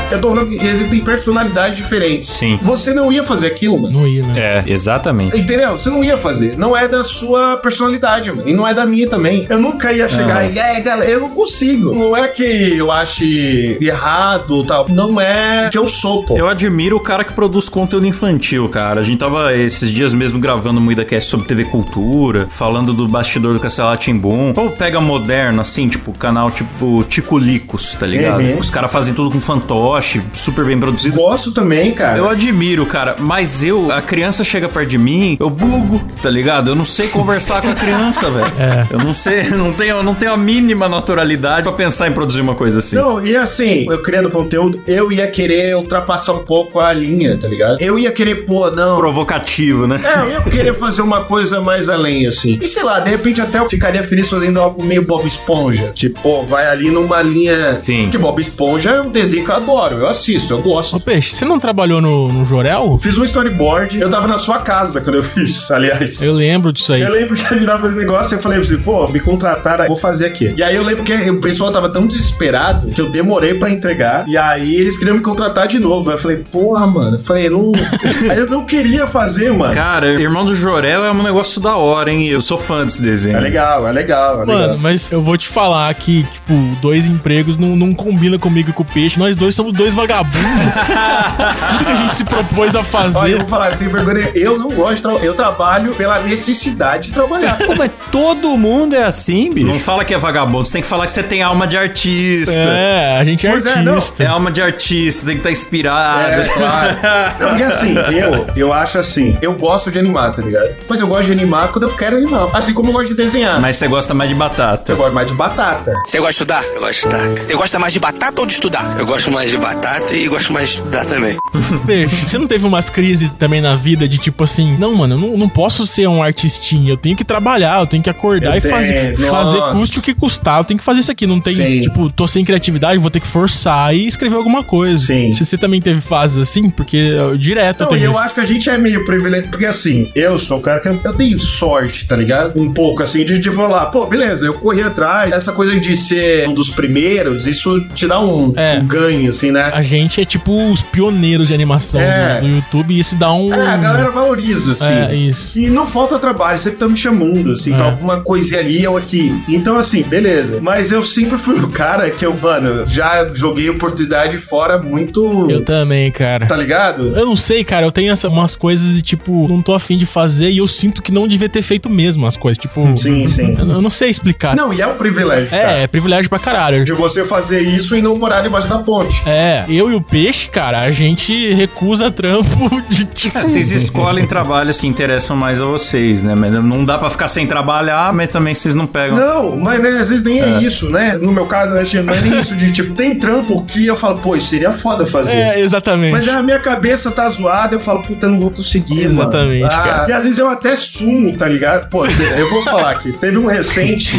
Eu tô falando que existem personalidades diferentes. Sim. Você não ia fazer aquilo, mano. Não ia, né? É, exatamente. Entendeu? Você não ia fazer. Não é da sua personalidade, mano. E não é da minha também. Eu nunca ia chegar e, é, galera, eu não consigo. Não é que eu ache errado ou tal. Não é que eu sou, pô. Eu admiro o cara que produz conteúdo infantil, cara. A gente tava esses dias mesmo gravando muito aqui sobre TV Cultura, falando do bastidor do Castelo Timbum. Ou pega moderno, assim, tipo, canal tipo Ticolicos, tá ligado? Uhum. Os caras fazem tudo com fantoche, super bem produzido. Gosto também, cara. Eu admiro, cara, mas eu, a criança chega perto de mim, eu bugo, tá ligado? Eu não sei conversar com a criança, velho. Eu não sei, não tenho, não tenho a mínima naturalidade pra pensar em produzir uma coisa assim. Não, e assim, eu criando conteúdo, eu ia querer ultrapassar um pouco a linha, tá ligado? Eu ia querer, pô, não, Provocativo, né? É, eu queria fazer uma coisa mais além, assim. E sei lá, de repente até eu ficaria feliz fazendo algo meio Bob Esponja. Tipo, pô, vai ali numa linha. Sim. Que Bob Esponja é um desenho que eu adoro, eu assisto, eu Ô, gosto. Peixe, você não trabalhou no, no Jorel? Eu É. fiz um storyboard, eu tava na sua casa quando eu fiz, aliás. Eu lembro disso aí. Eu lembro que ele tava fazendo negócio e eu falei pra você, pô, me contrataram, vou fazer aqui. E aí eu lembro que o pessoal tava tão desesperado que eu demorei pra entregar. E aí eles queriam me contratar de novo. Aí eu falei, porra, mano. Eu falei, não. aí eu não queria fazer, mano. Cara, Irmão do Jorel é um negócio da hora, hein? Eu sou fã desse desenho. É legal, é legal, é legal. Mano, mas eu vou te falar que, tipo, dois empregos não, não combina comigo e com o peixe. Nós dois somos dois vagabundos. Tudo que a gente se propôs a fazer. Olha, eu vou falar, eu tenho vergonha. Eu não gosto, de tra- eu trabalho pela necessidade de trabalhar. Pô, mas todo mundo é assim, bicho. Não fala que é vagabundo, você tem que falar que você tem alma de artista. É. É, a gente é Pois é, não. artista. alma de artista, tem que estar inspirado. É, claro. Não, porque assim, eu, eu acho assim, eu gosto de animar, tá ligado? Mas eu gosto de animar quando eu quero animar. Assim como eu gosto de desenhar. Mas você gosta mais de batata. Eu gosto mais de batata. Você gosta de estudar? Eu gosto de estudar. Você gosta mais de batata ou de estudar? Eu gosto mais de batata e gosto mais de estudar também. Peixe, você não teve umas crises também na vida de tipo assim, não, mano, eu não, não posso ser um artistinha, eu tenho que trabalhar, eu tenho que acordar Eu e fazer, tenho, fazer nossa. custe o que custar, eu tenho que fazer isso aqui, não tem, Sim. tipo, tô sem criatividade, vou ter que forçar e escrever alguma coisa. Sim. Você, você também teve fases assim? Porque eu, direto eu Não, e tenho Então, eu isso. acho que a gente é meio privilegiado, porque assim, eu sou o cara que eu, eu tenho sorte, tá ligado? Um pouco assim, de tipo lá, pô, beleza, eu corri atrás, essa coisa de ser um dos primeiros, isso te dá um, É. um ganho, assim, né? A gente é tipo os pioneiros de animação É. no, no YouTube e isso dá um... É, a galera valoriza, assim. É, isso. E não falta trabalho, sempre estão me chamando, assim, É. pra alguma coisinha ali ou aqui. Então, assim, beleza. Mas eu sempre fui o cara que eu, mano, já joguei oportunidade fora muito. Eu também, cara. Tá ligado? Eu não sei, cara, eu tenho essa, umas coisas de tipo, não tô afim de fazer e eu sinto que não devia ter feito mesmo as coisas. Tipo, Sim, sim. eu, eu não sei explicar. Não, e é um privilégio, é, cara. é privilégio pra caralho. De você fazer isso e não morar debaixo da ponte. É, eu e o peixe, cara, a gente recusa trampo de tipo. Ah, É, vocês escolhem trabalhos que interessam mais a vocês, né? Mas não dá pra ficar sem trabalhar, mas também vocês não É. pegam. Não, mas né, às vezes nem é. isso, né? No meu caso, né, Chico, não é nem isso de tipo, tem trampo que eu falo, pô, isso seria foda fazer. É, exatamente. Mas a minha cabeça tá zoada, eu falo, puta, eu não vou conseguir, mano. Exatamente, Ah, cara. E às vezes eu até sumo, tá ligado? Pô, eu vou falar aqui. Teve um recente.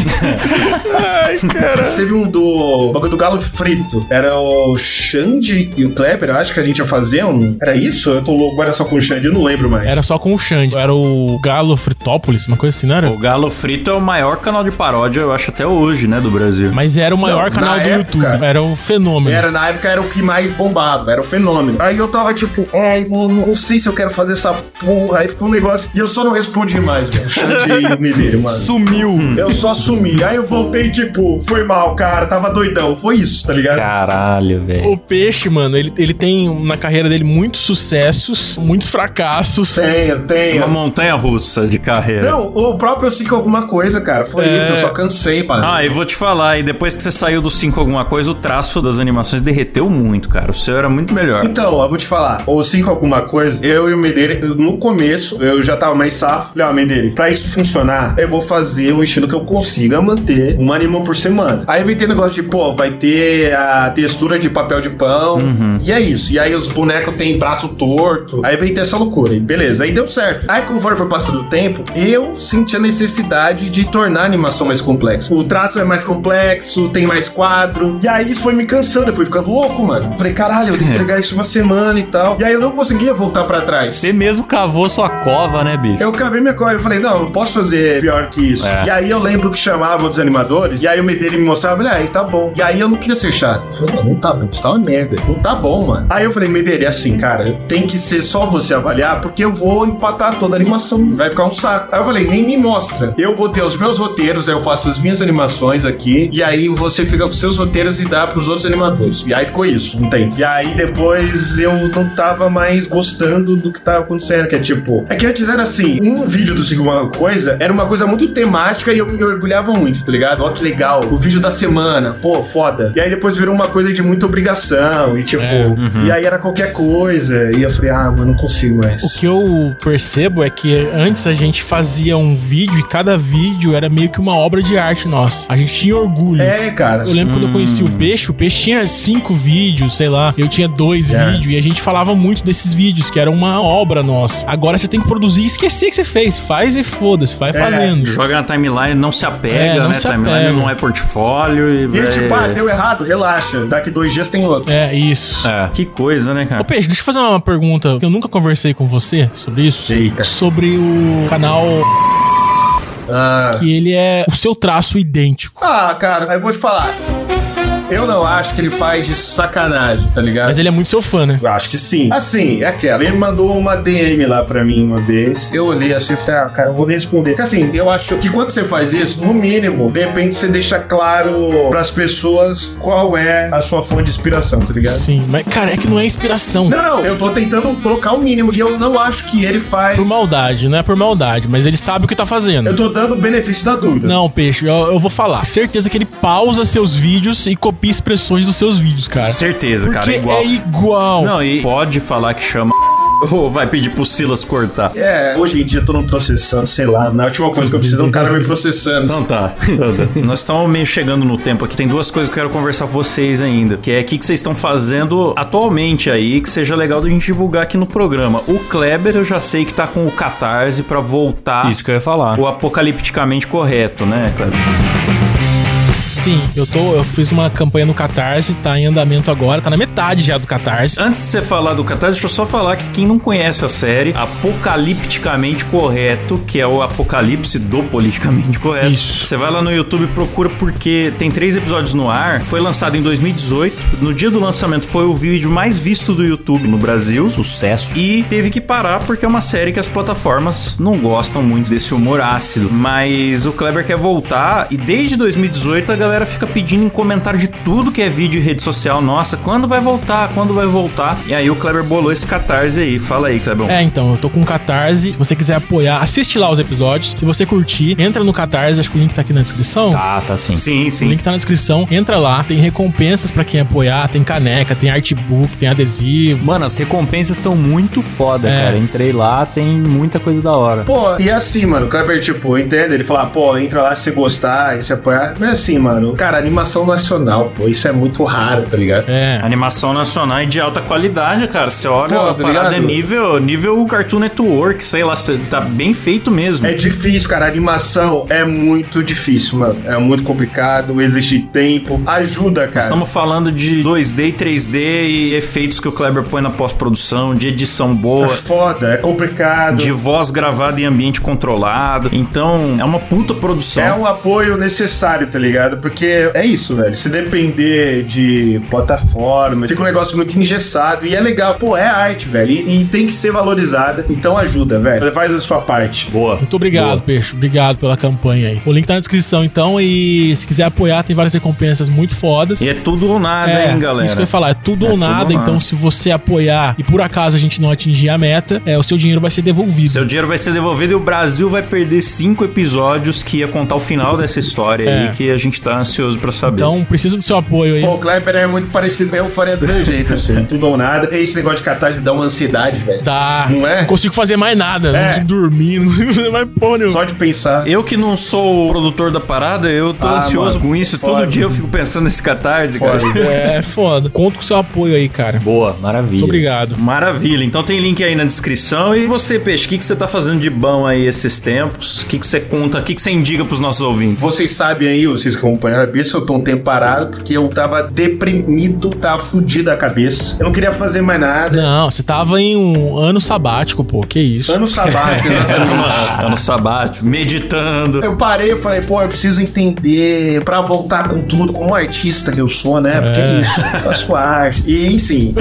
Ai, cara. Teve um do. bagulho do Galo Frito. Era o Xande e o Kleber, eu acho que a gente ia fazer um. Era isso? Eu tô louco, agora só com o Xande, eu não lembro mais. Era só com o Xande. Era o Galo Fritópolis, uma coisa assim, não era? O Galo Frito é o maior canal de paródia, eu acho, até hoje, né, do Brasil. Mas era o maior Não, canal na do época- YouTube. Era o fenômeno. Era, na época era o que mais bombava, era o fenômeno. Aí eu tava tipo, ai, mano, não sei se eu quero fazer essa porra. Aí ficou um negócio. E eu só não respondi mais, velho. O Xande me deu, mano. Hum. Sumiu. Eu só sumi. Aí eu voltei, tipo, foi mal, cara, tava doidão. Foi isso, tá ligado? Caralho, velho. O peixe, mano, ele, ele tem na carreira dele muitos sucessos, muitos fracassos. Tenho, É Uma né? tenho. montanha russa de carreira. Não, o próprio eu cinco alguma coisa, cara. Foi isso, eu só cansei, mano. Ah, e vou te falar, e depois que você saiu do 5 alguma coisa, o traço das animações derreteu muito, cara. O seu era muito melhor. Então, eu vou te falar, ou cinco alguma coisa, eu e o Medeira, eu- no começo, eu já tava mais safo. Falei, ó, Medeira, pra isso funcionar, eu vou fazer um estilo que eu consiga manter um anime por semana. Aí vem ter negócio de, pô, vai ter a textura de papel de pão, e é isso. E aí os bonecos têm braço torto. Aí vem ter essa loucura, e beleza, aí deu certo. Aí conforme foi passando o tempo, eu senti a necessidade de tornar a animação mais complexa. O traço é mais complexo, tem mais quadro, e aí isso foi me cansando, eu fui ficando louco, mano. Falei, caralho, eu tenho que entregar isso uma semana e tal. E aí eu não conseguia voltar pra trás. Você mesmo cavou sua cova, né, bicho? Eu cavei minha cova e falei, não, não posso fazer pior que isso. É. E aí eu lembro que chamava os animadores, e aí o Medeiros me mostrava, eu falei, ah, tá bom. E aí eu não queria ser chato. Eu falei, não, não tá bom, isso tá uma merda. Não tá bom, mano. Aí eu falei, Medeiros, é assim, cara, tem que ser só você avaliar, porque eu vou empatar toda a animação. Vai ficar um saco. Aí eu falei, nem me mostra. Eu vou ter os meus roteiros, aí eu faço as minhas animações aqui, e aí você fica com seus roteiros e dá pros outros animadores. E aí ficou isso, não tem. E aí depois eu não tava mais gostando do que tava acontecendo, que é tipo. É que antes era assim, um vídeo do Sigma Coisa era uma coisa muito temática e eu me orgulhava muito, tá ligado? Ó, que legal. O vídeo da semana, pô, foda. E aí depois virou uma coisa de muita obrigação e tipo. É, E aí era qualquer coisa. E eu falei, ah, mano, não consigo mais. O que eu percebo é que antes a gente fazia um vídeo e cada vídeo era meio que uma obra de arte nossa. A gente tinha orgulho. É, cara. Eu lembro quando eu conheci o Peixe, o Peixe tinha cinco vídeos, sei lá, eu tinha dois É. vídeos, e a gente falava muito desses vídeos, que era uma obra nossa. Agora você tem que produzir e esquecer que você fez. Faz e foda-se, É. vai fazendo. Joga na timeline, não se apega, É, não né? se timeline apega. não é portfólio e. é- E aí, vai- tipo, ah, deu errado, relaxa. Daqui dois dias tem outro. É, isso. É. Que coisa, né, cara? Ô Peixe, deixa eu fazer uma pergunta que eu nunca conversei com você sobre isso. Eita. Sobre o canal Ah. Ah. que ele é o seu traço idêntico. Ah, cara, aí eu vou te falar. Eu não acho que ele faz de sacanagem, tá ligado? Mas ele é muito seu fã, né? Eu acho que sim. Assim, é aquela. Ele mandou uma DM lá pra mim uma vez. Eu olhei assim e falei, ah, cara, eu vou responder. Porque assim, eu acho que quando você faz isso, no mínimo, de repente você deixa claro pras pessoas qual é a sua fonte de inspiração, tá ligado? Sim, mas cara, é que não é inspiração. Não, não, eu tô tentando colocar o mínimo e eu não acho que ele faz. Por maldade, não é por maldade, mas ele sabe o que tá fazendo. Eu tô dando o benefício da dúvida. Não, peixe, eu, eu vou falar. Certeza que ele pausa seus vídeos e copia expressões dos seus vídeos, cara. Certeza, Porque cara, é igual. é igual. Não, e pode falar que chama ou vai pedir pro Silas cortar. É, hoje em dia eu tô no processando, sei lá. Na última coisa que eu preciso é um cara me processando. Então tá. Nós estamos meio chegando no tempo aqui. Tem duas coisas que eu quero conversar com vocês ainda. Que é o que que vocês estão fazendo atualmente aí, que seja legal da gente divulgar aqui no programa. O Kleber eu já sei que tá com o Catarse pra voltar Isso que eu ia falar. o apocalipticamente correto, né, Kleber? Sim, eu tô. Eu fiz uma campanha no Catarse, tá em andamento agora, tá na metade já do Catarse. Antes de você falar do Catarse, deixa eu só falar que quem não conhece a série Apocalipticamente Correto, que é o apocalipse do politicamente correto. Isso. Você vai lá no YouTube e procura porque tem três episódios no ar. Foi lançado em 2018. No dia do lançamento foi o vídeo mais visto do YouTube no Brasil. Sucesso. E teve que parar porque é uma série que as plataformas não gostam muito desse humor ácido. Mas o Kleber quer voltar e desde 2018 a galera fica pedindo em comentário de tudo que é vídeo e rede social. Nossa, quando vai voltar? Quando vai voltar? E aí o Kleber bolou esse catarse aí. Fala aí, Kleber. É, então, eu tô com o Catarse. Se você quiser apoiar, assiste lá os episódios. Se você curtir, entra no Catarse, acho que o link tá aqui na descrição. Tá, tá sim. Sim, O sim. link tá na descrição, entra lá, tem recompensas pra quem apoiar, tem caneca, tem artbook, tem adesivo. Mano, as recompensas estão muito foda, É. cara. Entrei lá, tem muita coisa da hora. Pô, e assim, mano, o Kleber, tipo, entende? Ele fala, pô, entra lá se você gostar e se apoiar. Mas assim, mano, cara, animação nacional, pô, isso é muito raro, tá ligado? É. Animação nacional e de alta qualidade, cara. Você olha, Pô, a tá parada é ligado? nível, nível Cartoon Network, sei lá, cê- tá bem feito mesmo. É difícil, cara. Animação é muito difícil, mano. É muito complicado, exige tempo. Ajuda, cara. Estamos falando de 2D e 3D e efeitos que o Kleber põe na pós-produção, de edição É boa, foda, é complicado. de voz gravada em ambiente controlado. Então, é uma puta produção. É um apoio necessário, tá ligado? Porque é isso, velho. Se depender de plataforma, fica um negócio muito engessado. E é legal. Pô, é arte, velho. E, e tem que ser valorizada. Então ajuda, velho. Faz a sua parte. Boa. Muito obrigado, Peixe. Obrigado pela campanha aí. O link tá na descrição, então, e se quiser apoiar, tem várias recompensas muito fodas. E é tudo ou nada, hein, galera? Isso que eu ia falar, é tudo É ou tudo nada, ou então nada. se você apoiar e por acaso a gente não atingir a meta, é, o seu dinheiro vai ser devolvido. Seu dinheiro vai ser devolvido e o Brasil vai perder cinco episódios que ia contar o final dessa história É. aí, que a gente tá ansioso pra saber. Então, preciso do seu apoio aí. Pô, o Kleber é muito parecido. Eu faria do meu jeito, assim. Tudo ou nada. Esse negócio de catástrofe dá uma ansiedade, velho. Tá. Não é? consigo fazer mais nada. Não É. consigo dormir, não consigo fazer mais porra nenhuma. Só de pensar. Eu que não sou o produtor da parada, eu tô Ah, ansioso mano, com isso. foda. Todo dia eu fico pensando nesse catarse, Foda. cara. É, foda. Conto com o seu apoio aí, cara. Boa, maravilha. Muito obrigado. Maravilha, então tem link aí na descrição. E você, Peixe, o que, que você tá fazendo de bom aí esses tempos? O que, que você conta? O que, que você indica pros nossos ouvintes? Vocês sabem aí, vocês que acompanharam isso, eu tô um tempo parado porque eu tava deprimido, tava fudido a cabeça. Eu não queria fazer mais nada. Não, você tava em um ano sabático, pô. Que É. isso. Ano sabático, exatamente. Ano sabático, meditando. Eu parei e falei, pô, eu preciso entender pra voltar com tudo, como artista que eu sou, né? Porque é isso, eu faço arte. E, enfim.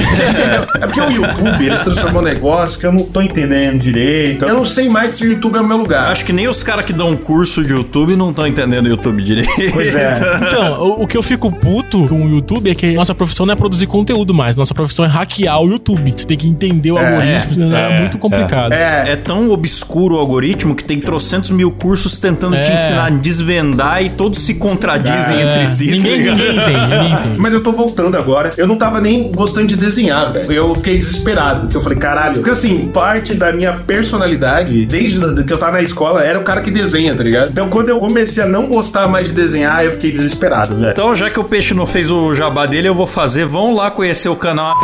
é porque o YouTube, eles transformou um negócio que eu não tô entendendo direito. Eu não sei mais se o YouTube é o meu lugar. Acho que nem os caras que dão um curso de YouTube não estão entendendo o YouTube direito. Pois é. Então, o, o que eu fico puto com o YouTube é que nossa profissão não é produzir conteúdo mais. Nossa profissão é hackear o YouTube. Você tem que entender o algoritmo, senão é, é, muito complicado. É. É tão obscuro o algoritmo que tem trocentos mil cursos tentando te É. ensinar a desvendar e todos se contradizem É, entre si. tá Ninguém, ligado? ninguém entende, ninguém entende. Mas eu tô voltando agora. Eu não tava nem gostando de desenhar, velho. Eu fiquei desesperado. Porque eu falei, caralho. Porque assim, parte da minha personalidade, desde da- que eu tava na escola, era o cara que desenha, tá ligado? Então quando eu comecei a não gostar mais de desenhar, eu fiquei desesperado, velho. Então, já que o Peixe não fez o jabá dele, eu vou fazer. Vão lá conhecer o canal.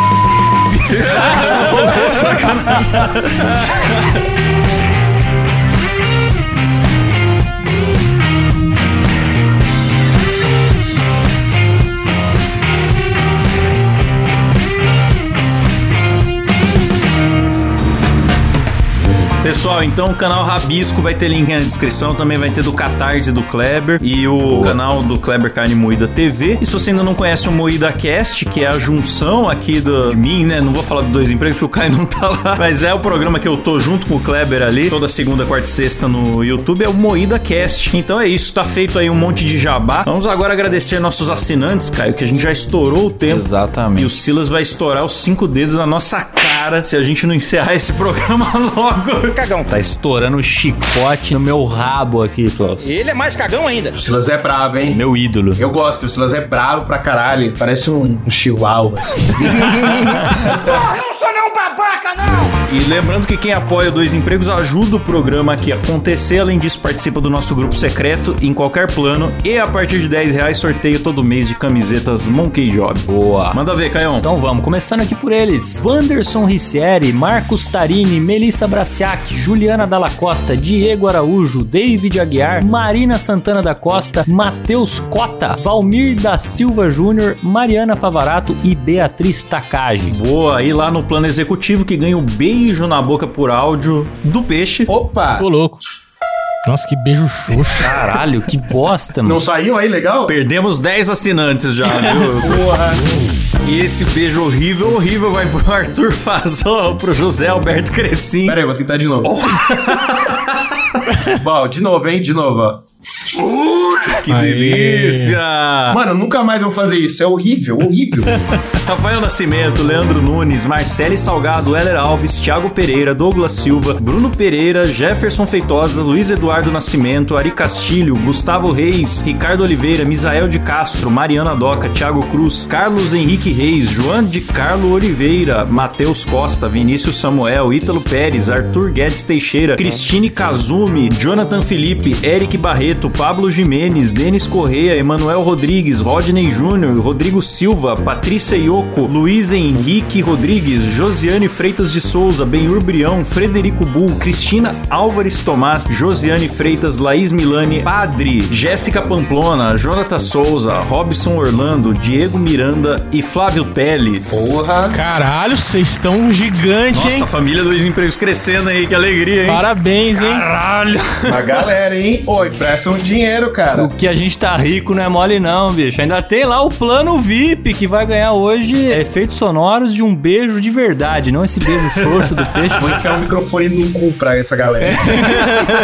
Pessoal, então o canal Rabisco vai ter link na descrição, também vai ter do Catarse do Kleber e o canal do Kleber Carne Moída TV. E se você ainda não conhece o Moída Cast, que é a junção aqui do, de mim, né? Não vou falar dos dois empregos porque o Caio não tá lá, mas é o programa que eu tô junto com o Kleber ali, toda segunda, quarta e sexta no YouTube, é o Moída Cast. Então é isso, tá feito aí um monte de jabá. Vamos agora agradecer nossos assinantes, Caio, que a gente já estourou o tempo. Exatamente. E o Silas vai estourar os cinco dedos na nossa cara se a gente não encerrar esse programa logo. Cagão. Tá estourando o chicote no meu rabo aqui, Klaus. Ele é mais cagão ainda. O Silas é bravo, hein? Meu ídolo. Eu gosto, o Silas é bravo pra caralho. Parece um, um chihuahua, assim. Porra, eu não sou não babaca, não! E lembrando que quem apoia Dois Empregos ajuda o programa aqui a acontecer. Além disso, participa do nosso grupo secreto em qualquer plano. E a partir de 10 reais, sorteio todo mês de camisetas Monkey Job. Boa. Manda ver, Caião. Então vamos, começando aqui por eles. Wanderson Ricieri, Marcos Tarini, Melissa Braciac, Juliana Dalla Costa, Diego Araújo, David Aguiar, Marina Santana da Costa, Matheus Cota, Valmir da Silva Júnior, Mariana Favarato e Beatriz Takagi. Boa, e lá no plano executivo que ganha o beijo na boca por áudio do peixe. Opa! Tô louco. Nossa, que beijo xoxo. Caralho, que bosta, mano. Não saiu aí, legal? Perdemos 10 assinantes já, viu? Porra. E esse beijo horrível, horrível vai pro Arthur Fazol, pro José Alberto Crescim. Pera aí, vou tentar de novo. Bom, de novo, hein? De novo, ó. Que delícia! Mano, nunca mais vou fazer isso. É horrível, horrível. Rafael Nascimento, Leandro Nunes, Marcele Salgado, Heller Alves, Thiago Pereira, Douglas Silva, Bruno Pereira, Jefferson Feitosa, Luiz Eduardo Nascimento, Ari Castilho, Gustavo Reis, Ricardo Oliveira, Misael de Castro, Mariana Doca, Thiago Cruz, Carlos Henrique Reis, João de Carlo Oliveira, Matheus Costa, Vinícius Samuel, Ítalo Pérez, Arthur Guedes Teixeira, Cristine Kazumi, Jonathan Felipe, Eric Barreto, Pablo Jimenez, Denis Correia, Emanuel Rodrigues, Rodney Júnior, Rodrigo Silva, Patrícia Yoko, Luiz Henrique Rodrigues, Josiane Freitas de Souza, Benhur Brião, Frederico Bull, Cristina Álvares Tomás, Josiane Freitas, Laís Milani, Padre, Jéssica Pamplona, Jonathan Souza, Robson Orlando, Diego Miranda e Flávio Teles. Porra! Caralho, vocês estão gigante, Nossa, hein? a família dos empregos crescendo aí, que alegria, hein? Parabéns, hein? Caralho! Uma galera, hein? Oi, presta um dinheiro, cara. O que a gente tá rico não é mole não, bicho. Ainda tem lá o plano VIP que vai ganhar hoje efeitos sonoros de um beijo de verdade, não esse beijo xoxo do peixe. Vou enfiar o microfone no cu pra essa galera.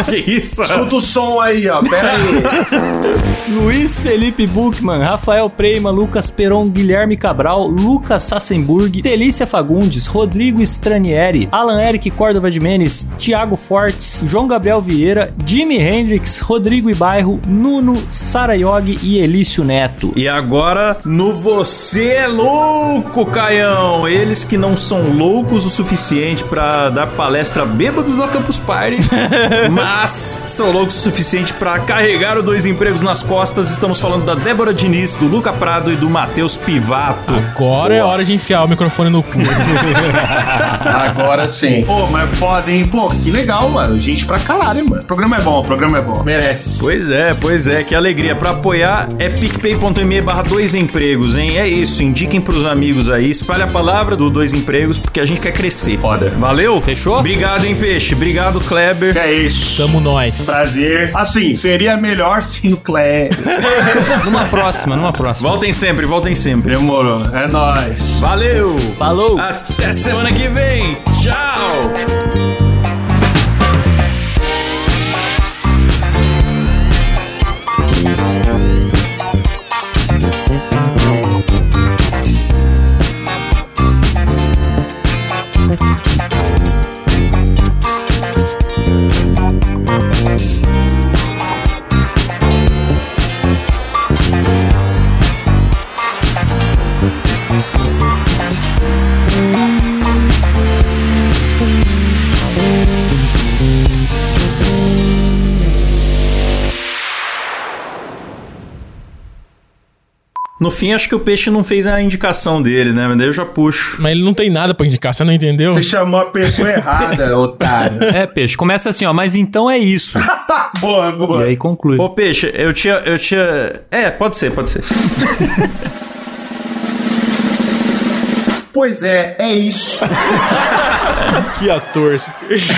que isso? Escuta o som aí, ó. Pera aí. Luiz Felipe Buchmann, Rafael Preima, Lucas Peron, Guilherme Cabral, Lucas Sassenburg, Felícia Fagundes, Rodrigo Stranieri, Alan Eric Córdova de Menes, Thiago Fortes, João Gabriel Vieira, Jimi Hendrix, Rodrigo Ibairro, Nuno Sarayog e Elício Neto. E agora no Você é Louco, Caião! Eles que não são loucos o suficiente pra dar palestra bêbados na Campus Party, mas são loucos o suficiente pra carregar os dois empregos nas costas. Estamos falando da Débora Diniz, do Luca Prado e do Matheus Pivato. Agora é hora de enfiar o microfone no cu. Agora sim. Pô, mas é foda, hein? Pô, que legal, mano. Gente pra caralho, mano. O programa é bom, o programa é bom. Merece. Pois é, pois é, que alegria. Pra apoiar é picpay.me barra dois empregos, hein? É isso, indiquem pros amigos aí, espalhe a palavra do dois empregos, porque a gente quer crescer. Foda. Valeu? Fechou? Obrigado, hein, Peixe? Obrigado, Kleber. É isso. Tamo nós. Prazer. Assim, seria melhor sem o Clé. Numa próxima, numa próxima. Voltem sempre, voltem sempre. Demorou. É nóis. Valeu! Falou! Até semana que vem! Tchau! No fim, acho que o Peixe não fez a indicação dele, né? Mas daí eu já puxo. Mas ele não tem nada pra indicar, você não entendeu? Você chamou a pessoa errada, otário. É, peixe, começa assim, ó, mas então é isso. Boa, E boa. aí conclui. Ô, Peixe, eu tinha... Eu tinha... É, pode ser, pode ser. Pois é, é isso. que ator esse